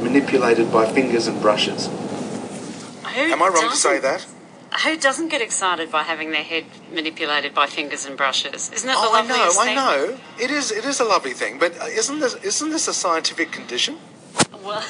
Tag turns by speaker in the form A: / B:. A: manipulated by fingers and brushes.
B: Who
C: Am I wrong to
B: doesn't-
C: say that?
B: Who doesn't get excited by having their head manipulated by fingers and brushes? Isn't that the
C: Oh, I know,
B: loveliest
C: I
B: thing?
C: know. It is, it is a lovely thing, but uh, isn't this, isn't this a scientific condition?
B: Well,